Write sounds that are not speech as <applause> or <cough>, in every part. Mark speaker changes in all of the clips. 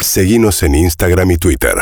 Speaker 1: Seguimos en Instagram y Twitter.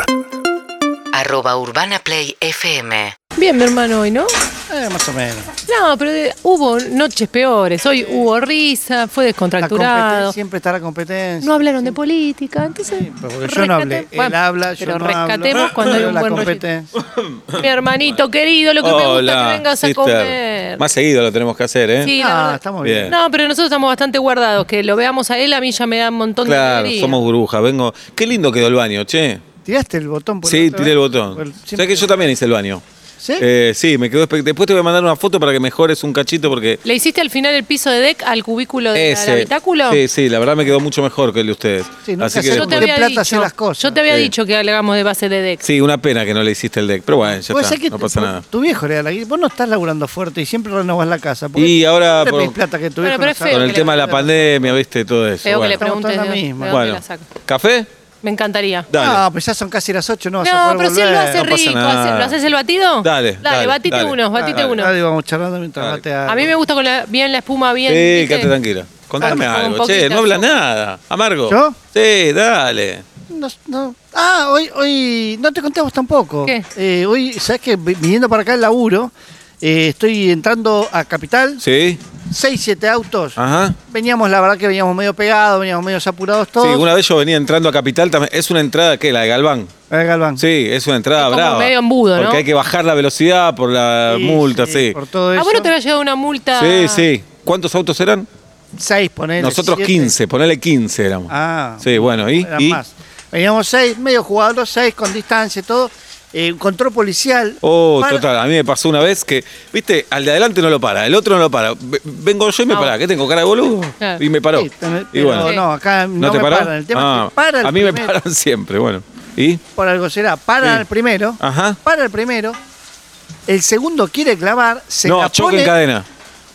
Speaker 2: Arroba Urbana Play FM.
Speaker 3: Bien, mi hermano, hoy, ¿no?
Speaker 4: Eh, más o menos.
Speaker 3: No, pero de- hubo noches peores. Hoy hubo risa, fue
Speaker 4: La competen-
Speaker 3: descontracturado.
Speaker 4: siempre está la competencia.
Speaker 3: No hablaron de política, entonces.
Speaker 4: Pero porque yo no
Speaker 3: rescate-
Speaker 4: hablé. Él
Speaker 3: Bueno,
Speaker 4: habla, yo
Speaker 3: Pero
Speaker 4: no hablo.
Speaker 3: rescatemos
Speaker 4: <laughs>
Speaker 3: cuando hay
Speaker 4: Pero
Speaker 3: un
Speaker 4: la
Speaker 3: buen rollito.
Speaker 4: competencia. Ah,
Speaker 3: Mi hermanito querido, lo que me gusta que vengas a
Speaker 5: sister.
Speaker 3: comer.
Speaker 5: Más seguido lo tenemos que hacer, ¿eh?
Speaker 3: Sí, la
Speaker 4: Ah,
Speaker 3: verdad.
Speaker 4: estamos
Speaker 5: Bien.
Speaker 4: bien.
Speaker 3: No, pero nosotros estamos bastante guardados. Que lo veamos a él, a mí ya me da un montón de
Speaker 5: Claro,
Speaker 3: alegría.
Speaker 5: somos burbujas. Vengo. Qué lindo quedó el baño, che.
Speaker 4: ¿Tiraste el botón? por
Speaker 5: Sí,
Speaker 4: otra
Speaker 5: tiré el
Speaker 4: vez?
Speaker 5: botón.
Speaker 4: Por el-
Speaker 5: Sabés
Speaker 4: siempre-
Speaker 5: que yo también hice el baño.
Speaker 4: ¿Sí?
Speaker 5: Eh, sí, me quedó espect- Después te voy a mandar una foto para que mejores un cachito porque.
Speaker 3: ¿Le hiciste al final el piso de deck al cubículo de-
Speaker 5: ese-
Speaker 3: del habitáculo?
Speaker 5: Sí, sí, la verdad me quedó mucho mejor que el de ustedes.
Speaker 4: Sí, nunca
Speaker 5: Así que
Speaker 4: se
Speaker 3: Yo te
Speaker 4: De
Speaker 5: después-
Speaker 3: había
Speaker 4: plata
Speaker 3: dicho,
Speaker 4: hacer las cosas.
Speaker 3: Yo te había
Speaker 5: Sí.
Speaker 3: dicho que hagamos de base de deck.
Speaker 5: Sí, una pena que no le hiciste el deck. Pero bueno, ya
Speaker 4: Vos
Speaker 5: está.
Speaker 4: sabés Pues que
Speaker 5: no pasa
Speaker 4: tu-
Speaker 5: nada.
Speaker 4: Tu viejo le da la guita. Vos no estás laburando fuerte y siempre renovás la casa. porque
Speaker 5: Y ahora,
Speaker 4: no te
Speaker 5: por-
Speaker 4: pedís plata que tu
Speaker 3: Bueno,
Speaker 4: viejo
Speaker 3: pero
Speaker 4: no
Speaker 3: es
Speaker 4: sabe.
Speaker 3: feo
Speaker 5: Con el
Speaker 3: que le-
Speaker 5: tema de la pandemia, viste, todo eso.
Speaker 3: Feo que
Speaker 5: bueno.
Speaker 3: le
Speaker 4: Estamos
Speaker 3: preguntes
Speaker 4: todos en la
Speaker 3: de-
Speaker 4: misma.
Speaker 3: de dónde
Speaker 5: Bueno.
Speaker 3: la saca.
Speaker 5: ¿Café?
Speaker 3: Me encantaría.
Speaker 5: Dale.
Speaker 4: No, pues ya son casi las 8, no vas a
Speaker 3: No,
Speaker 4: poder
Speaker 3: pero si él lo
Speaker 4: volver.
Speaker 3: hace
Speaker 5: no pasa
Speaker 3: rico.
Speaker 5: nada.
Speaker 3: hace- ¿Lo haces el batido?
Speaker 5: Dale,
Speaker 3: Dale,
Speaker 5: dale,
Speaker 3: batite
Speaker 5: dale.
Speaker 3: unos, batite
Speaker 5: Dale,
Speaker 3: uno.
Speaker 4: Ahí vamos charlando mientras
Speaker 5: Dale.
Speaker 4: batea.
Speaker 3: A mí me gusta con la, bien la espuma bien.
Speaker 5: Sí,
Speaker 3: ¿viste?
Speaker 5: quédate tranquila. Contame
Speaker 3: Dale. Un
Speaker 5: algo,
Speaker 3: poquito.
Speaker 5: che, no habla nada. Amargo.
Speaker 4: ¿Yo?
Speaker 5: Sí, dale.
Speaker 4: No, no. Ah, hoy, hoy no te conté a vos tampoco.
Speaker 3: ¿Qué?
Speaker 4: Eh, hoy, ¿sabes que Viniendo para acá el laburo, eh, estoy entrando a Capital,
Speaker 5: Sí. Ah.
Speaker 4: 6, 7 autos.
Speaker 5: Ajá.
Speaker 4: Veníamos, la verdad que veníamos medio pegados, veníamos medio apurados todos.
Speaker 5: Sí, una vez yo venía entrando a Capital también. Es una entrada, ¿qué? La de Galván.
Speaker 4: Eh, Galván.
Speaker 5: Sí, es una entrada
Speaker 3: Es como
Speaker 5: brava.
Speaker 3: medio embudo, ¿no?
Speaker 5: Porque hay que bajar la velocidad por la
Speaker 4: Sí,
Speaker 5: multa, sí.
Speaker 4: Por todo
Speaker 3: ¿A
Speaker 4: eso.
Speaker 3: Ah, vos no te había llegado una multa?
Speaker 5: Sí, sí. ¿Cuántos autos eran?
Speaker 4: 6, ponele.
Speaker 5: Nosotros
Speaker 4: siete.
Speaker 5: 15, ponele 15 éramos.
Speaker 4: Ah.
Speaker 5: Sí, bueno, ¿y?
Speaker 4: Eran
Speaker 5: ¿Y?
Speaker 4: más. Veníamos 6, medio jugados los 6, con distancia y todo. Eh, control policial.
Speaker 5: Oh,
Speaker 4: Para-
Speaker 5: total, a mí me pasó una vez que, viste, al de adelante no lo para, el otro no lo para. Ve- Vengo yo y me
Speaker 3: Ah,
Speaker 5: para, ¿qué tengo? ¿Cara de boludo?
Speaker 3: Claro.
Speaker 5: Y me paró.
Speaker 4: Sí, también,
Speaker 5: y
Speaker 4: pero
Speaker 5: bueno,
Speaker 4: no, acá Ah, no,
Speaker 5: te
Speaker 4: me
Speaker 5: paró?
Speaker 4: paran. El tema
Speaker 5: Ah,
Speaker 4: es que para el
Speaker 5: a mí me
Speaker 4: primero.
Speaker 5: paran <laughs> siempre, bueno. ¿Y?
Speaker 4: por algo será. Para
Speaker 5: Sí.
Speaker 4: el primero.
Speaker 5: Ajá.
Speaker 4: Para el primero. El segundo quiere clavar. Se
Speaker 5: no,
Speaker 4: la
Speaker 5: choque
Speaker 4: pone,
Speaker 5: en cadena.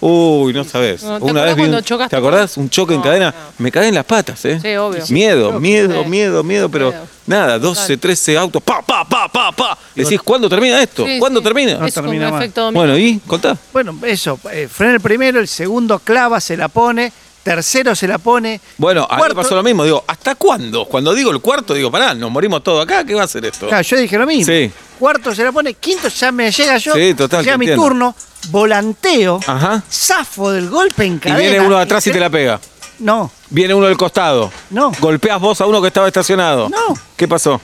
Speaker 5: Uy, no sabés.
Speaker 3: No, ¿te
Speaker 5: Una
Speaker 3: acordás
Speaker 5: vez vi un-
Speaker 3: cuando chocaste
Speaker 5: ¿Te acordás? Un choque en
Speaker 3: No,
Speaker 5: cadena.
Speaker 3: no.
Speaker 5: Me caí en las patas, ¿eh?
Speaker 3: Sí, obvio.
Speaker 5: Miedo, miedo,
Speaker 3: Sí.
Speaker 5: miedo, miedo, pero
Speaker 3: Miedo.
Speaker 5: nada, 12, 13 autos, pa, pa, pa, pa, pa. Decís, ¿cuándo termina esto?
Speaker 3: Sí,
Speaker 5: ¿Cuándo
Speaker 3: sí.
Speaker 5: termina?
Speaker 4: No
Speaker 3: es como
Speaker 4: termina
Speaker 3: un
Speaker 4: más.
Speaker 3: efecto dominó.
Speaker 5: Bueno, ¿y? Contá.
Speaker 4: Bueno, eso. eh, frena el primero. El segundo clava. Se la pone. Tercero se la pone.
Speaker 5: Bueno, a mí me
Speaker 4: cuarto-
Speaker 5: pasó lo mismo. Digo, ¿hasta cuándo? Cuando digo el cuarto, digo, pará, nos morimos todos acá, ¿qué va a hacer esto?
Speaker 4: Claro, yo dije lo mismo.
Speaker 5: Sí.
Speaker 4: Cuarto se la pone, quinto ya me llega yo.
Speaker 5: Sí, total,
Speaker 4: Llega
Speaker 5: te
Speaker 4: mi
Speaker 5: entiendo.
Speaker 4: turno, volanteo,
Speaker 5: Ajá.
Speaker 4: zafo del golpe en
Speaker 5: Y
Speaker 4: cadena.
Speaker 5: viene uno de atrás y te la pega.
Speaker 4: No,
Speaker 5: Viene uno del costado.
Speaker 4: No.
Speaker 5: Golpeas vos a uno que estaba estacionado.
Speaker 4: No.
Speaker 5: ¿Qué pasó?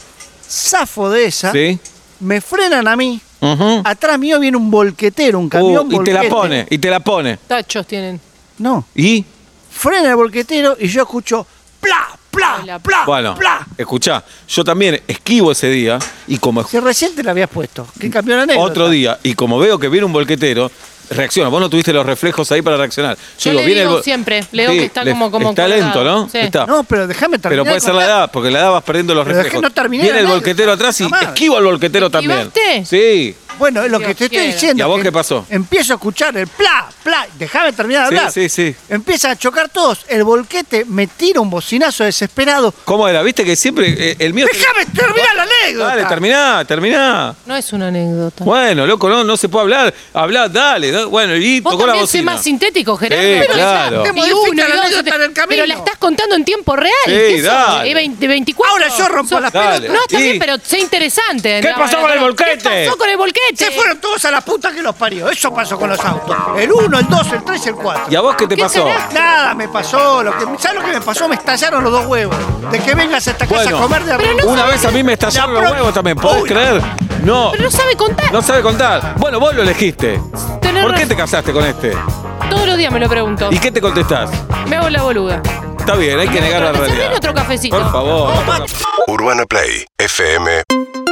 Speaker 4: zafo de esa.
Speaker 5: Sí.
Speaker 4: Me frenan a mí.
Speaker 5: Ujú.
Speaker 4: Atrás mío viene un volquetero, un camión
Speaker 5: Uh, y te la
Speaker 4: volquete.
Speaker 5: pone, y te la pone.
Speaker 3: Tachos tienen.
Speaker 4: No,
Speaker 5: ¿Y?
Speaker 4: frena el volquetero y yo escucho pla,
Speaker 3: Ay, la-
Speaker 4: pla, pla,
Speaker 5: Bueno,
Speaker 4: pla.
Speaker 5: escuchá, yo también esquivo ese día y como
Speaker 4: Si recién te la habías puesto. ¿Qué campeón anécdota.
Speaker 5: otro día y como veo que viene un volquetero, reacciona. Vos no tuviste los reflejos ahí para reaccionar. Yo,
Speaker 3: Yo le
Speaker 5: viene el
Speaker 3: digo
Speaker 5: vol-
Speaker 3: siempre, Leo, que está como- como
Speaker 5: Está
Speaker 3: colgado.
Speaker 5: lento, ¿no?
Speaker 3: Sí.
Speaker 5: Está.
Speaker 4: No, pero déjame terminar.
Speaker 5: Pero puede
Speaker 4: de
Speaker 5: ser la
Speaker 4: contar.
Speaker 5: edad, porque la edad vas perdiendo los
Speaker 4: Pero dejé-
Speaker 5: reflejos.
Speaker 4: no terminé
Speaker 5: Viene
Speaker 4: la
Speaker 5: el
Speaker 4: anécdota,
Speaker 5: volquetero atrás y
Speaker 4: la madre.
Speaker 5: esquivo al volquetero también.
Speaker 3: ¿Esquivaste?
Speaker 5: Sí.
Speaker 4: Bueno, es lo
Speaker 3: Dios
Speaker 4: que te estoy
Speaker 3: quiera.
Speaker 4: diciendo.
Speaker 5: ¿Y a vos
Speaker 4: que
Speaker 5: qué pasó?
Speaker 4: Empiezo a escuchar el pla, pla. Déjame terminar de
Speaker 5: Sí,
Speaker 4: hablar.
Speaker 5: sí, sí.
Speaker 4: Empieza a chocar todos. El volquete me tira un bocinazo desesperado.
Speaker 5: ¿Cómo era? ¿Viste que siempre eh, el mío.
Speaker 4: ¡Déjame terminar la anécdota!
Speaker 5: Dale, terminá, terminá.
Speaker 3: No es una anécdota.
Speaker 5: Bueno, loco, no, no se puede hablar. Hablá, dale. da- Bueno, y
Speaker 3: Vos
Speaker 5: tocó la
Speaker 3: también sé
Speaker 5: bocina.
Speaker 3: más sintético, Gerardo.
Speaker 5: Sí,
Speaker 3: Pero
Speaker 5: claro.
Speaker 3: ya,
Speaker 4: Te
Speaker 3: y uno,
Speaker 4: modifica
Speaker 3: y
Speaker 4: la
Speaker 3: dos, y
Speaker 4: anécdota
Speaker 3: tres.
Speaker 4: en el camino.
Speaker 3: pero la estás contando en tiempo real.
Speaker 5: Sí,
Speaker 3: ¿Qué sos?
Speaker 5: dale.
Speaker 3: Eh, 20, 24.
Speaker 4: Ahora yo rompo
Speaker 3: Sos-
Speaker 4: la-
Speaker 5: Dale.
Speaker 3: No, está
Speaker 5: Y-
Speaker 3: bien, pero sé interesante.
Speaker 5: ¿Qué
Speaker 3: No,
Speaker 5: pasó
Speaker 3: no,
Speaker 5: con el
Speaker 3: no. ¿Qué
Speaker 5: volquete?
Speaker 3: pasó con el volquete?
Speaker 4: Se fueron todos a la puta que los parió. Eso pasó con los autos. El 1, el 2, el 3, el 4.
Speaker 5: ¿Y a vos qué te
Speaker 3: ¿Qué
Speaker 5: pasó?
Speaker 3: carajo?
Speaker 4: Nada me pasó. Lo que, ¿Sabes lo que me pasó? Me estallaron los dos huevos. De que vengas a esta casa
Speaker 5: Bueno,
Speaker 4: a comer de
Speaker 3: pero no
Speaker 5: Una vez a mí me estallaron los huevos también, ¿podés
Speaker 4: Uy.
Speaker 5: creer? No,
Speaker 3: Pero no sabe contar.
Speaker 5: no sabe contar. Bueno, vos lo elegiste.
Speaker 3: Tenés
Speaker 5: ¿Por qué
Speaker 3: razón.
Speaker 5: te casaste con este?
Speaker 3: Todos los días me lo pregunto.
Speaker 5: ¿Y qué te contestás?
Speaker 3: Me hago la boluda.
Speaker 5: Está bien, hay que negar la
Speaker 3: Pero te serví
Speaker 5: realidad.
Speaker 3: otro cafecito.
Speaker 5: Por favor.
Speaker 1: Urbana Play fm.com